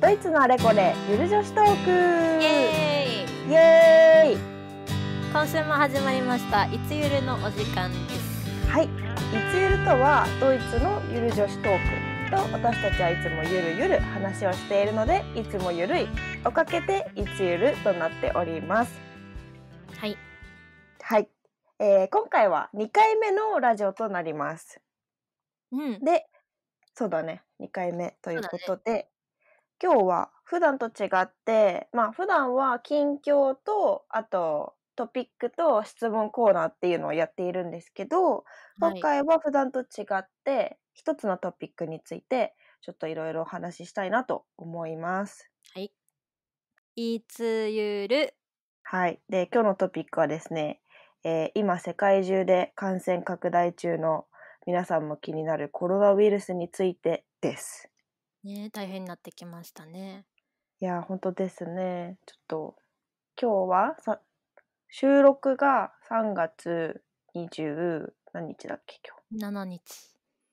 ドイツのあれこれゆる女子トークイエイエーイーイ今週も始まりましたいつゆるのお時間ですはい、いつゆるとはドイツのゆる女子トークと私たちはいつもゆるゆる話をしているのでいつもゆるいをかけていつゆるとなっておりますはいはい、えー、今回は2回目のラジオとなりますうんでそうだね2回目ということで、今日は普段と違ってまあ普段は近況とあとトピックと質問コーナーっていうのをやっているんですけど今回は普段と違って一つのトピックについてちょっといろいろお話ししたいなと思います。いつゆるはい、で今日のトピックはですね、えー今世界中で感染拡大中の皆さんも気になるコロナウイルスについてです。ね大変になってきましたねいやー、本当ですね。ちょっと、今日はさ、収録が3月20何日だっけ、 7日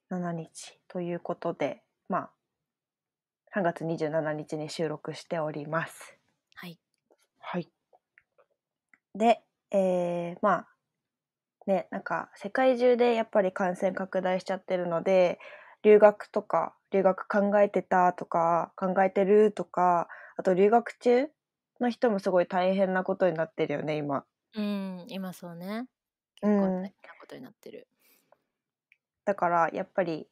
今日。7日ということで、まあ、3月27日に収録しております。はいはい。で、えー、まあ、ね、なんか、世界中でやっぱり感染拡大しちゃってるので、留学とか、留学考えてたとか、考えてるとか、あと留学中の人もすごい大変なことになってるよね、今。うん今そうねう結構ん大変なことになってる、だから、やっぱり、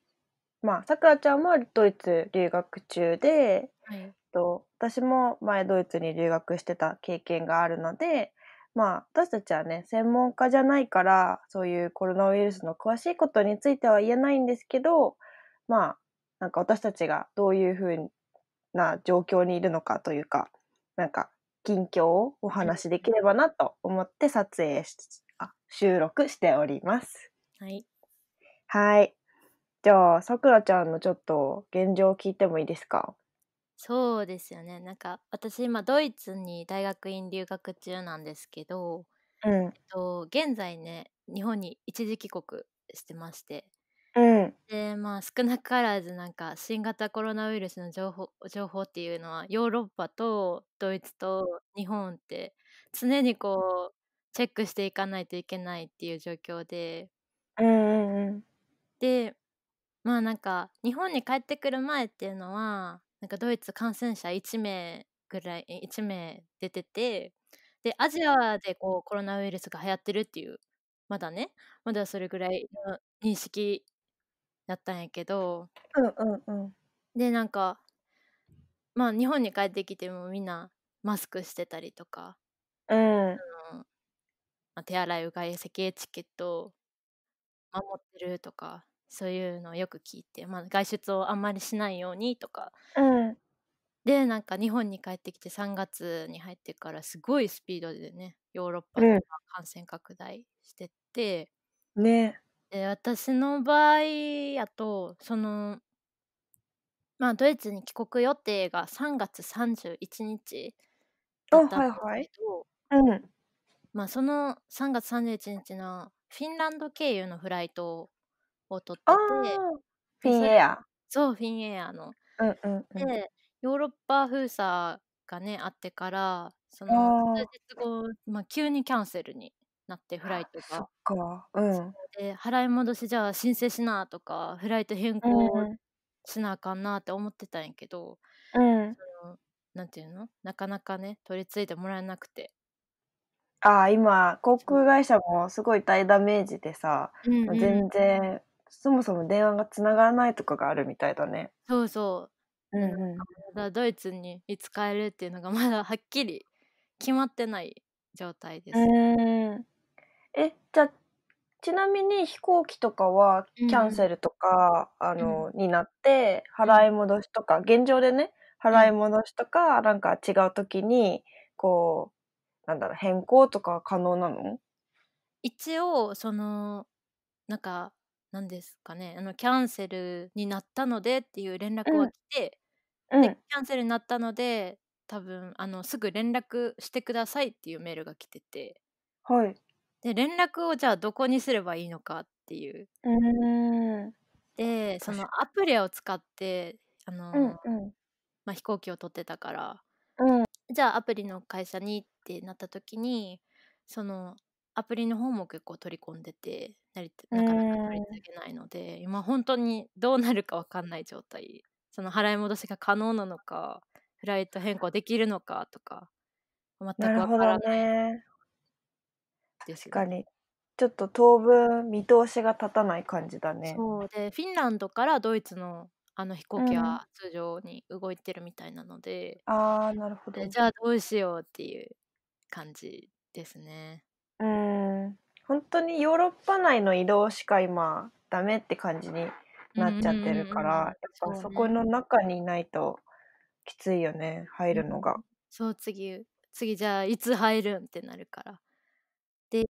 まあ、さくらちゃんはドイツ留学中で、はいと私も前ドイツに留学してた経験があるのでまあ私たちはね専門家じゃないからそういうコロナウイルスの詳しいことについては言えないんですけどまあなんか私たちがどういうふうな状況にいるのかというかなんか近況をお話しできればなと思って撮影しあ収録しております。はい、はい。じゃあ、さくらちゃんのちょっと現状を聞いてもいいですかそうですよねなんか私今ドイツに大学院留学中なんですけどうん。えっと現在ね日本に一時帰国してましてうん。でまあ少なからずなんか新型コロナウイルスの情報情報っていうのはヨーロッパとドイツと日本って常にこうチェックしていかないといけないっていう状況でうんうんうん。でまあなんか日本に帰ってくる前っていうのはなんかドイツ感染者1名ぐらいえ1名出ててでアジアでこうコロナウイルスが流行ってるっていうまだねまだそれぐらいの認識だったんやけどうんうんうん。でなんかまあ日本に帰ってきてもみんなマスクしてたりとか、うんまあ、手洗いうがい咳エチケットを守ってるとかそういうのをよく聞いて、まあ、外出をあんまりしないようにとかうんでなんか日本に帰ってきて3月に入ってからすごいスピードでねヨーロッパとうんか感染拡大してって、ねで私の場合やとそのまあドイツに帰国予定が3月31日あだったんはいですけど、はいうんまあ、その3月31日のフィンランド経由のフライトを取あっててフィンエアそうフィンエアの。うんうんで、ヨーロッパ封鎖がねあってからそあのー数日後、まあ、急にキャンセルになってフライトそ がっ。かうんで払い戻しじゃあ申請しなとかフライト変更しなあかんなって思ってたんやけど、うんなんていうのなかなかね取り付いてもらえなくて、あー今航空会社もすごい大ダメージでさうんうん全然そもそも電話がつながらないとかがあるみたいだねそうそううんうまだドイツにいつ帰るっていうのがまだはっきり決まってない状態でうす、んうんえじゃあちなみに飛行機とかはキャンセルとか、あの、になって払い戻しとか現状でね払い戻しとか、なんか違う時にこうなんだろう変更とかは可能なの一応そのなんかなんですかねあのキャンセルになったのでっていう連絡うはん来て、うでキャンセルになったので多分あのすぐ連絡してくださいっていうメールが来ててはいで連絡をじゃあどこにすればいいのかっていううんうんでそ確のアプリを使ってあの、うんままあ、飛行機を取ってたからうん。じゃあアプリの会社にってなった時にそのアプリの方も結構取り込んでてなりうなかなか取りん。続けないので今本当にどうなるか分かんない状態その払い戻しが可能なのかフライト変更できるのかとか全なくる分ほかどらないね。です確かよね。に。ちょっと当分見通しが立たない感じだね。そうでフィンランドからドイツのあの飛う行機ん。は通常に動いてるみたいなのでああ、なるほでど。じゃあどうしようっていう感じですね。うん。本当にヨーロッパ内の移動しか今ダメって感じにうんなうっんちゃってるうんかうんうんら、やっぱそうそこのね。中にいないときついよね、入うんるのが。そう次次じゃあいつ入るんってなるから。で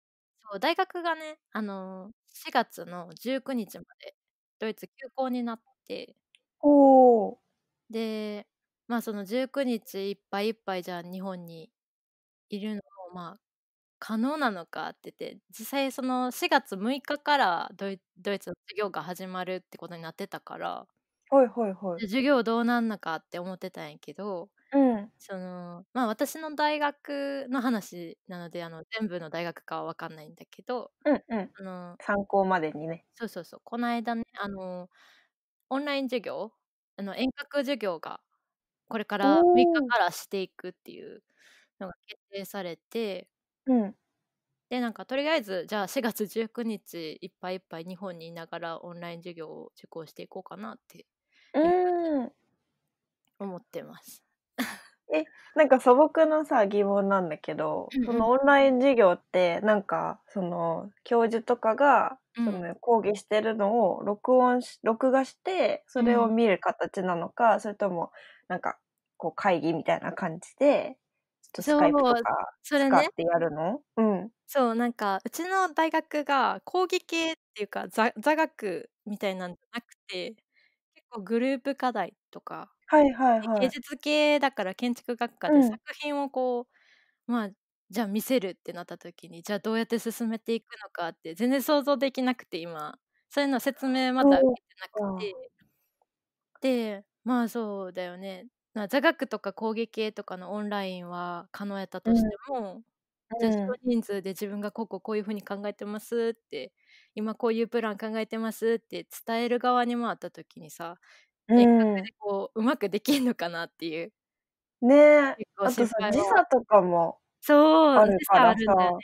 そう大学がね、あの4月の19日までドイツ休校になっておお。でまあその19日いっぱいいっぱいじゃあ日本にいるのもまあ可能なのかって言って実際その4月6日からドイドイツの授業が始まるってことになってたからはいはいはい。で授業どうなんのかって思ってたんやけどうん。そのまあ私の大学の話なのであの全部の大学かは分かんないんだけどうんうん。あの参考までにね。そうそうそうこの間ねあのオンライン授業あの遠隔授業がこれから6日おお。からしていくっていうのが決定されてうん。でなんかとりあえずじゃあ4月19日いっぱいいっぱい日本にいながらオンライン授業を受講していこうかなってういう感じでーん。思ってます。え、なんか素朴なさ、疑問なんだけど、うそんうのんオンライン授業って、なんか、その、教授とかが、うそんの、講義してるのを録音し、録画して、そうれをん見る形なのか、それとも、なんか、こう、会議みたいな感じで、ちょっとスそカイプとうかそれ使ねってやるのうん。そうなんかうちの大学が講義系っていうか座座学みたいなんじゃなくて結構グループ課題とかはいはいで芸はい。術系だから建築学科うでん。作品をこうまあじゃあ見せるってなった時にじゃあどうやって進めていくのかって全然想像できなくて今そういうの説明まだ受そうけてなくか。てでまあそうだよねな座学とか工芸系とかのオンラインは可能やったうとしん。てもじゃうあ少ん。人数で自分がこうこうこういうふうに考えてますって今こういうプラン考えてますって伝える側に回った時にさう遠隔ん。でこううまくできんのかなっていうねえ。結構あと心さ、配時は差とかもそうあ時るか差あらるんだよさ、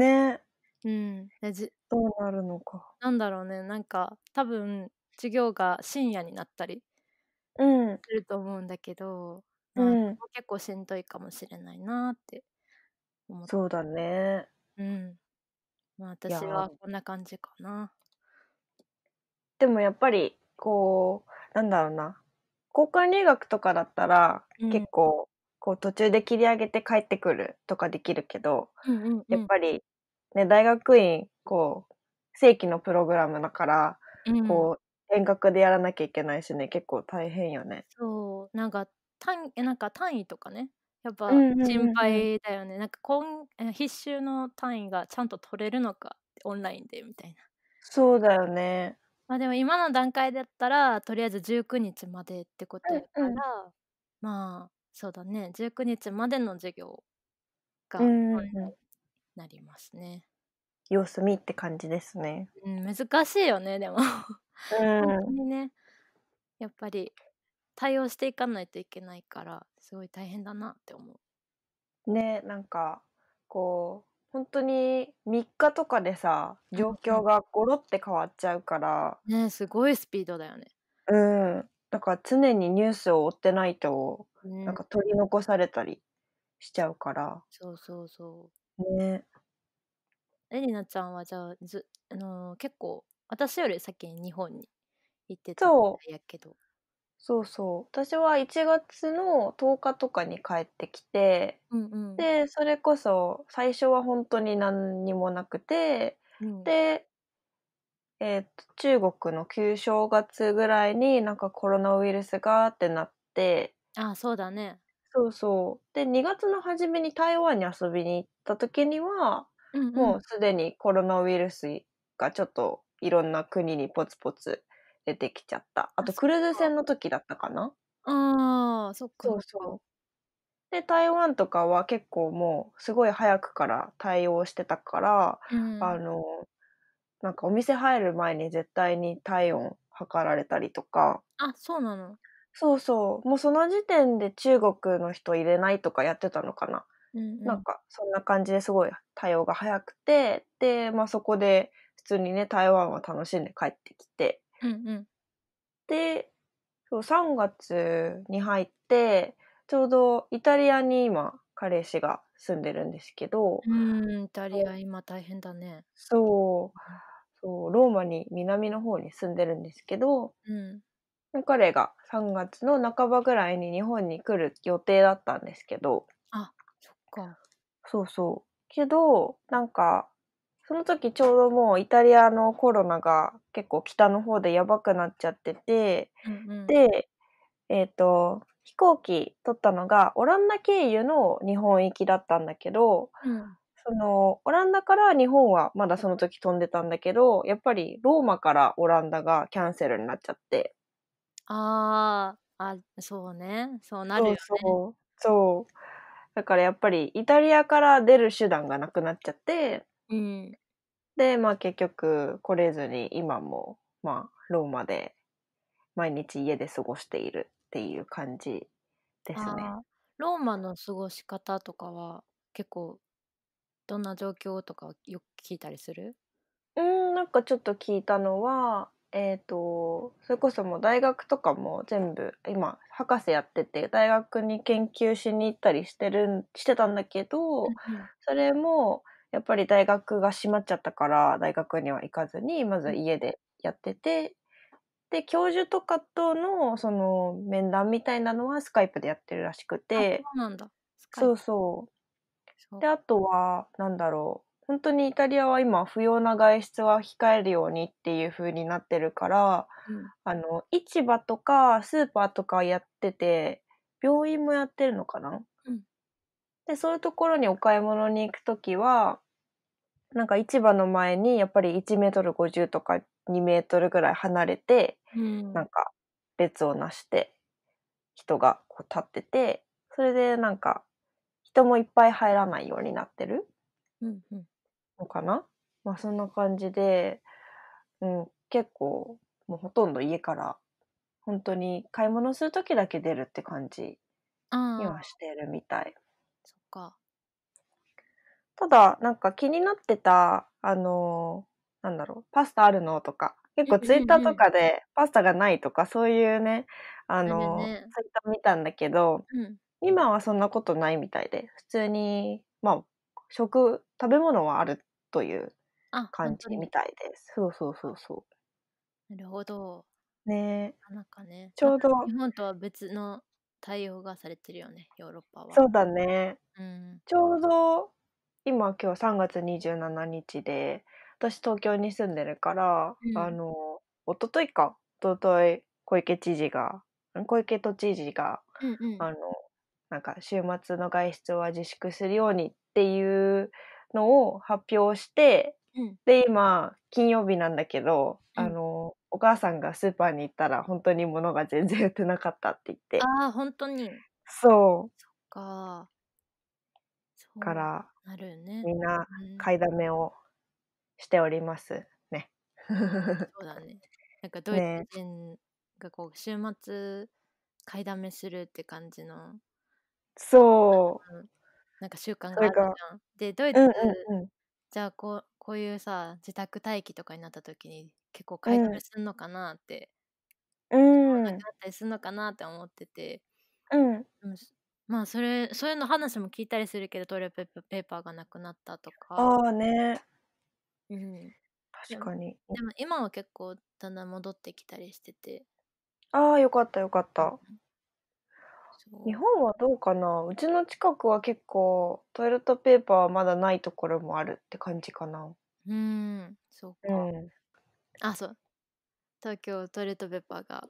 ねえ、ねうんでじどうなるのか。なんだろうねなんか多分授業が深夜になったりうん。すると思うんだけどうまあそん。こ結構しんどいかもしれないなって思っそうてだね。うんまあいや私はー、こんな感じかなでもやっぱり、こう、なんだろうな。交換留学とかだったら、うん結構、こう途中で切り上げて帰ってくるとかできるけど、うんうんうやっんぱり、ね、大学院、こう、正規のプログラムだから、うんこう、遠隔でやらなきゃいけないしね、結構大変よね。そうなんか単えなんか単位とかねやっうぱんうん心うんうん。配だよねなんかこんえ必修の単位がちゃんと取れるのかオンラインでみたいなそうだよね。まあでも今の段階だったらとりあえず19日までってことやうかんらまあそうだね19日までの授う業がん。オンうんうんラうインん。になりますね、様子見って感じですね。うん、難しいよねでも う本当ん。にねやっぱり対応していかないといけないからすごい大変だなって思うね、なんか、こう、本当に3日とかでさ、状うんう況んがゴロって変わっちゃうから、ねえすごいスピードだよね。うん。だから常にニュースを追ってないと、うなんん、か取り残されたりしちゃうから、そうそうそう。ね。えりなちゃんはじゃあず、あのー結構私より先に日本に行ってたみそう、たいやけど。そうそう。私は1月の10日とかに帰ってきて、うんうんで、それこそ最初は本当に何にもなくて、うんで、えーと、中国の旧正月ぐらいになんかコロナウイルスがってなって、あそうだね。そうそう。で、2月の初めに台湾に遊びに行った時には、うんうもうんすでにコロナウイルスがちょっといろんな国にポツポツ出てきちゃった。ああとそクルーズっか船の時だったかなああ、そっそかそうっか。そう。で、台湾とかは結構もうすごい早くから対応してたから、うあん。の、なんかお店入る前に絶対に体温測られたりとか。あ、そうなの。そうそう、もうその時点で中国の人入れないとかやってたのかな。うんうなんん。かそんな感じですごい対応が早くて、で、ま、そこで普通にね、台湾は楽しんで帰ってきて。うんうん。で、そう、3月に入って、ちょうどイタリアに今彼氏が住んでるんですけど、うーん、イタリそう。ア、今大変だね。そう。うん。そう、ローマに南の方に住んでるんですけどうん。ま、彼が3月の半ばぐらいに日本に来る予定だったんですけどあ、そっか。そうそう。けど、なんか、その時ちょうどもうイタリアのコロナが結構北の方でやばくなっちゃってて、うんうん。で、えっと、飛行機取ったのがオランダ経由の日本行きだったんだけど、うん。その、オランダから日本はまだその時飛んでたんだけど、やっぱりローマからオランダがキャンセルになっちゃって。ああ、あ、そうね、そうなるそうよね。そう。そう。だからやっぱりイタリアから出る手段がなくなっちゃってうん。で、ま、結局来れずに今も、ま、ローマで毎日家で過ごしているっていう感じですね。ああ、ローマの過ごし方とかは、結構どんな状況とかよく聞いたりする？うーん、なんかちょっと聞いたのは、えっと、それこそもう大学とかも全部、今博士やってて、大学に研究しに行ったりしてるんしてたんだけど、うんうん。それもやっぱり大学が閉まっちゃったから、大学には行かずに、まうずん。家でやってて、で、教授とかとのその面談みたいなのはスカイプでやってるらしくあ、そてうなんだ。スカイそうプ。そう。そう。で、あとはなんだろう、ほんとにイタリアは今不要な外出は控えるようにっていう風になってるから、うん。あの、市場とかスーパーとかやってて、病院もやってるのかな？うん。で、そういうところにお買い物に行く時は、なんか市場の前にやっぱり1m50とか2mぐらい離れて、う。なんんか列を成して、人がこう立ってて、それでなんか、人もいっぱい入らないようになってるうんうん。のかな？ま、そんな感じで、うん、結構もうほとんど家から、ほんとに買い物する時だけ出るって感じにあはあ。してるみたい。そっか。ただ、なんか気になってた、あの、なんだろう、パスタあるの？とか、結構うんツイッうんターうとん。かでパスタがないとかそういうね、ああるの、ね。ツイッター見たんだけど、うん。今はそんなことないみたいで、普通に、ま、食食べ物はあるというあ、ほん感とじみに。たいです。そうそうそうそう。なるほど。ね。なんかね、ちま、ょうど日本とは別の対応がされてるよね、ヨーロッパは。そうだね。うん。ちょうど、今今日は3月27日で、私東京に住んでるから、うあん。の、一昨日か、一昨日小池知事がん、小池都知事が、うんうん。あの、なんか週末の外出は自粛するようにっていうのを発表して、うん。で、今金曜日なんだけど、うあん。の、お母さんがスーパーに行ったらほんとに物が全然売ってなかったって言って。ああ、ほんとに。そう。そっか。そかうら、なるよね。みんなうん。買いだめをしておりますね。 そうだね。なんかドイツね。人がこう週末買いだめするって感じのそう。うん、なんか習慣そがれあるがじゃん。で、ドイうんツ、うんうん。じゃあ、こうこういうさ、自宅待機とかになった時に、結構う買いだめん。すんのかなって。う買うものーなくん。なったりすんのかなって思ってて。うん。うん、すまあ、それそういうの話も聞いたりするけど、トイレットペーパーペーパーがなくなったとか。ああ、ね。うん。で確もかに。ん。でも今は結構だんだん戻ってきたりしてて。ああ、よかったよかっうんた。うん。日そう。本はどうかな？うちの近くは結構トイレットペーパーはまだないところもあるって感じかな。うーん、そううか。ん。あ、そう。東京トイレットペーパーが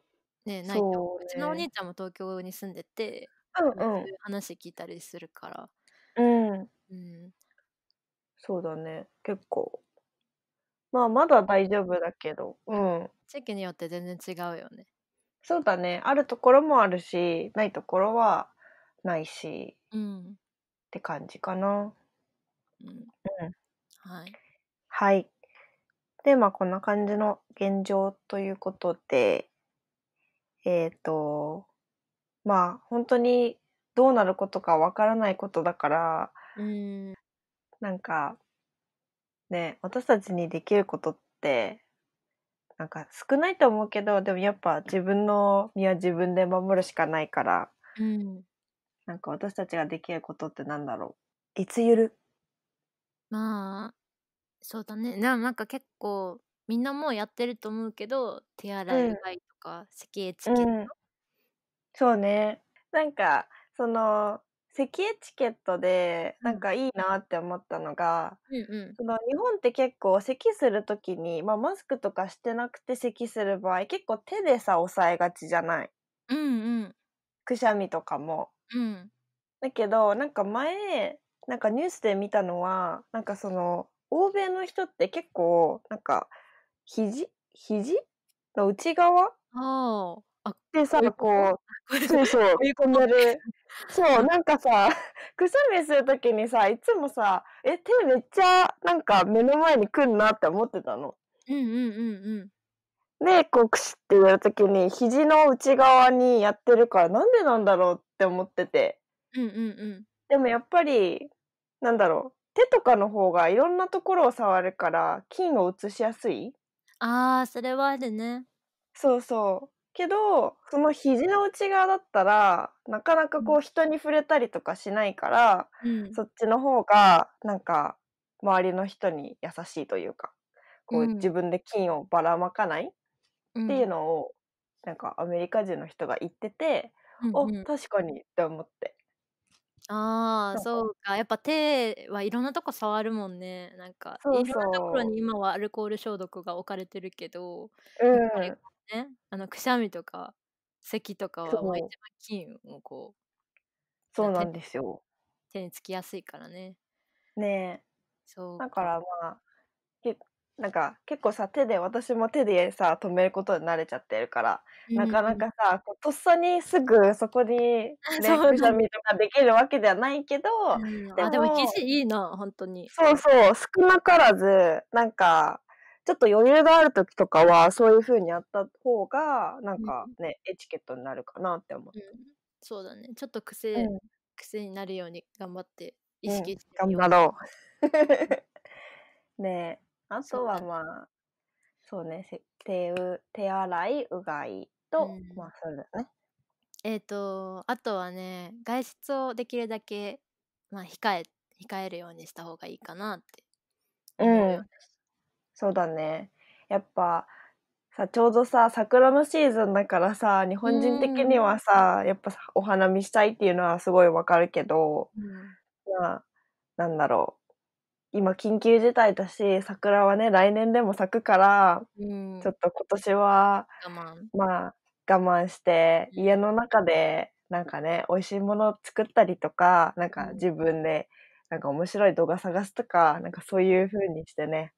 ね、ないとそううちのおね。兄ちゃんも東京に住んでて、うんま、う。そうんいう話聞いたりするから。うん。うん。そうだね、結構。まあ、まだ大丈夫だけど、うん。地域によって全然違うよね。そうだね。あるところもあるし、ないところはないし、うん。って感じかな。ううん。ん。はい。はい。で、まあ、こんな感じの現状ということで、えっと、まあ、ほんとにどうなることかわからないことだから、うーん。なんか、ね、私たちにできることって、なんか少ないと思うけど、でもやっぱ自分の身は自分で守るしかないから、うん。なんか私たちができることってなんだろう。いつゆる。まあ、そうだね。ななんか結構みんなもうやってると思うけど、手う。洗いうんがいとか、咳エチケッうん。ト。そうね。なんか、その、咳エチケットで、うなんん。かいいなって思ったのが、うんうん。その日本って結構咳する時に、まあ、マスクとかしてなくて咳する場合、結構手でさ、抑えがちじゃない。うんうん。くしゃみとかも。うん。だけど、なんか前、なんかニュースで見たのは、なんかその、欧米の人って結構、なんか、肘肘の内側ああ、あ、でさ、こういうこと？こ、あ、こういううこそう そう、こういうここんとなね。る。そう、うん。なんかさ、 くしゃみする時にさ、いつもさ、え、手めっちゃなんか目の前に来んなって思ってたの。 うんうんうんうん。で、こうくしってやる時に、肘の内側にやってるから、なんでなんだろうって思ってて。うんうんうん。でもやっぱり、なんだろう、手とかの方がいろんなところを触るから、菌を移しやすい。ああ、それはあるね。そうそう。けど、その肘の内側だったら、なかなかうこん。う人に触れたりとかしないから、うん。そっちの方がなんか周りの人に優しいというか、うこう自ん。分で菌をばらまかないっう。ていうんのを、なんかアメリカ人の人が言ってて、うんあ、うん。確かにって思って。なああ、んかそうか。やっぱ手はいろんなとこ触るもんね。なんか、そいうろんなところそに今はアルコール消毒が置かれてるけど、う。やっぱりうん。こうね、あの、くしゃみとか、咳とかは、まあ、一そう。番菌をこう、そなうな手んですよ。手につきやすいからね。ねえ。そうだかか。らまあ、けなんか結構さ、手で、私も手でさ、止めることに慣れちゃってるから、うなんかうなかん。さ、こうとっさにすぐそこにあ、ね、 そうくしなゃんみとかできるわけではないけど、うん、であ、でも肘も、いいな、ほんとに。そうそう、少なからず、なんか、ちょっと余裕がある時とかは、そういう風にやった方が、なんうん。かね、エチケットになるかなって思っうた。ん、そうだね。ちょっとう癖ん。癖になるように頑張って意うん、識してみ頑よ張ろう。うん。 う。ねえ、あそうとはだね。まあ、そうね、せ手う手洗い、うがいうと、まん。あ、そうだね。えっと、あとはね、外出をできるだけ、まあ、控え控えるようにした方がいいかなって思ううよん、ね。そうだね。やっぱ、さ、ちょうどさ、桜のシーズンだからさ、日う本人的ーにん。はさ、やっぱさ、お花見したいっていうのはすごいわかるけど、うん。まあ、なんだろう。今緊急事態だし、桜はね、来年でも咲くから、うちょん。っと今年は、我慢。まあ、我慢して、う家ん。の中で、なんかね、美味しいものを作ったりとか、なんうかん。自分で、なんか面白い動画探すとか、なんかそういう風にしてね、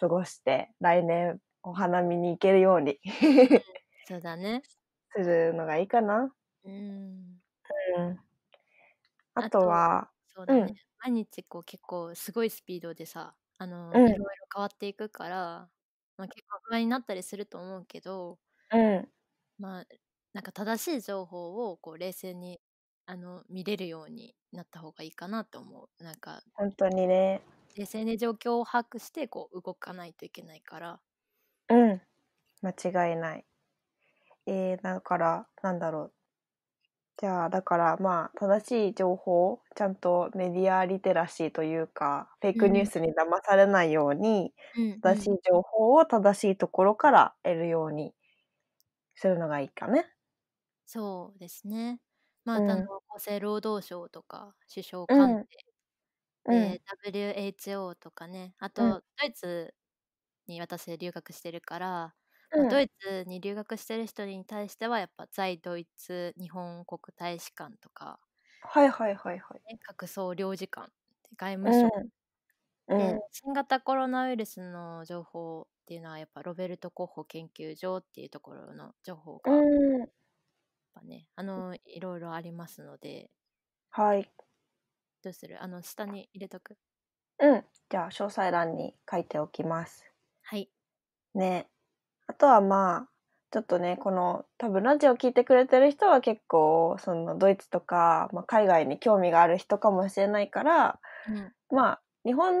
過ごして、来年お花見に行けるように うん、そうだね。するのがいいかな。うーん。うん。ああとと、はそううだね。ん。毎日こう結構すごいスピードでさ、あうの、いん。ろいろ変わっていくから、まあ、結構不安になったりすると思うけど、うん。まあ、なんか正しい情報をこう冷静にあの見れるようになった方がいいかなと思う。なんかほんとにね。冷静に状況を把握してこう動かないといけないから。うん。間違いない。ええ、だから、なんだろう。じゃあ、だからまあ、正しい情報、ちゃんとメディアリテラシーというか、フェイうクニューん。スに騙されないように、うんう正しいん。情報を正しいところから得るようにするのがいいかね。そうですね。まあ、うあのん。厚生労働省とか首相う官ん。邸うん。で WHO とかね、あうん。とドイツに私留学してるから、うまあ、ドん。イツに留学してる人に対してはやっぱ在ドイツ日本国大使館とか、はいはいはいはい。ね、各総領事館外う務省ん。うでん。新型コロナウイルスの情報っていうのはやっぱロベルト候補研究所っていうところの情報がやっうん。ぱねあのいろいろありますのではい。どうするあの下に入れとくうん。じゃあ、詳細欄に書いておきます。はいね。あとはまあ、ちょっとね、この、多分ラジオ聞いてくれてる人は結構、そのドイツとか、まあ、海外に興味がある人かもしれないから、うんまあ、日本、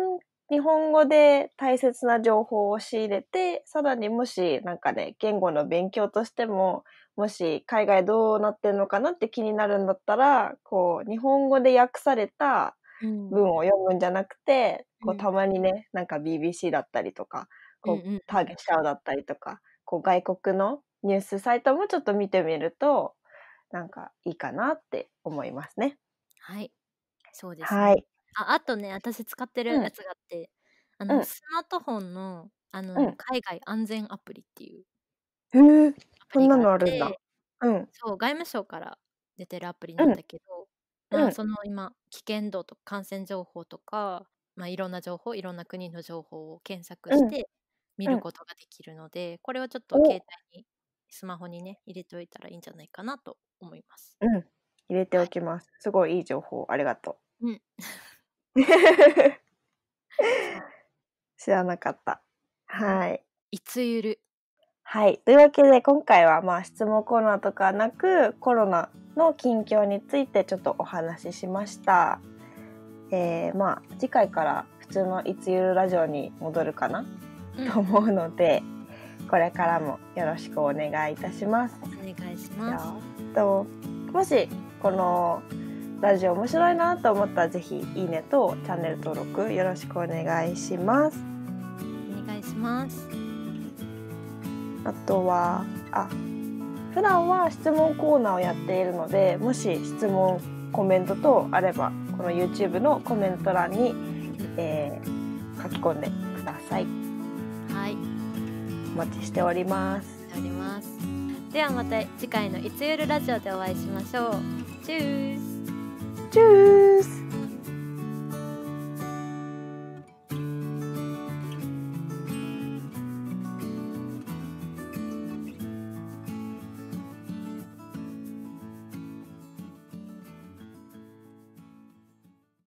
日本語で大切な情報を仕入れて、さらにもし、なんかね、言語の勉強としても、もし海外どうなってんのかなって気になるんだったら、こう、日本語で訳されたうん文を読むんじゃなくて、うこう、んたまにね、なんか BBC だったりとか、うんこう、うんターゲシャオだったりとか、こう、外国のニュースサイトもちょっと見てみると、なんかいいかなって思いますね。はいそうですねはい。ああとね私使ってうるやん、つがあってあうのん、スマートフォンのあうのん。海外安全アプリっていうへえ、アプそんリながのあっあるんだ。てうん、そう外務省から出てるアプリうなんん、だけど、うまあ、ん、その今危険度とか感染情報とか、まあ、いろんな情報いろんな国の情報を検索うしん、て見うるん。ことができるのでこれをちょっと携お、帯にスマホにね入れておいたらいいんじゃないかなと思います。うん。入れてはおい、きます。すごいいい情報、ありがとうん、う。そう 知らなかった。うんはい。いつゆる、はい。というわけで、今回はまあ質問コーナーとかなく、コロナの近況についてちょっとお話ししました。えー、まあ、次回から普通のいつゆるラジオに戻るかなうん、と思うので、これからもよろしくお願いいたします。お願いじしまゃす。あ、えっと、もしこのラジオ面白いなと思ったらぜひいいねとチャンネル登録よろしくお願いします。お願いします。あとは、あ、普段は質問コーナーをやっているので、もし質問、コメント等あれば、この YouTube のコメント欄に、えー書き込んでください。はい、しお待ちしております。ております。ではまた次回のいつゆるラジオでお会いしましょう。チュース。チュース